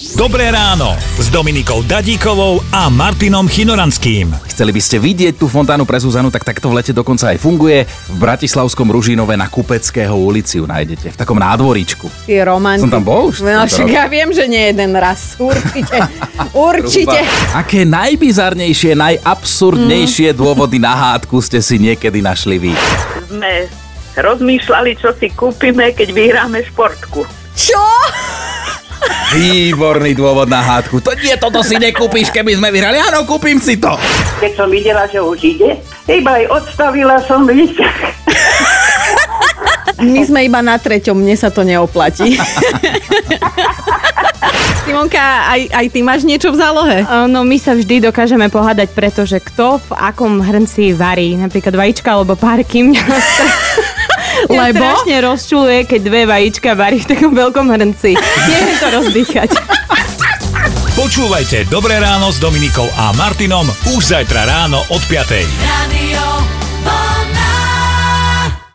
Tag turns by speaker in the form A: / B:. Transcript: A: Dobré ráno s Dominikou Dadíkovou a Martinom Chinoranským.
B: Chceli by ste vidieť tú fontánu pre Zuzanu, tak takto v lete dokonca aj funguje. V Bratislavskom Ružinove na Kupeckého ulici ju nájdete, v takom nádvoríčku.
C: Ty romantik.
B: Som tam bol už
C: No
B: tento
C: však
B: rok.
C: ja viem, že nie jeden raz. Určite. Určite.
B: Aké najbizarnejšie, najabsurdnejšie dôvody na hádku ste si niekedy našli vy?
D: sme rozmýšľali, čo si kúpime, keď vyhráme športku.
C: Čo?
B: Výborný dôvod na hádku. To nie, toto si nekúpiš, keby sme vyhrali. Áno, kúpim si to.
D: Keď som videla, že už ide, iba aj odstavila som výťah.
C: My sme iba na treťom, mne sa to neoplatí. Simonka, aj, aj ty máš niečo v zálohe?
E: No my sa vždy dokážeme pohádať, pretože kto v akom hrnci varí, napríklad vajíčka alebo párky. Mňa stra- mňa
C: Lebo?
E: strašne rozčuluje, keď dve vajíčka varí v takom veľkom hrnci. Neviem to rozdýchať.
A: Počúvajte Dobré ráno s Dominikou a Martinom už zajtra ráno od 5.
F: Radio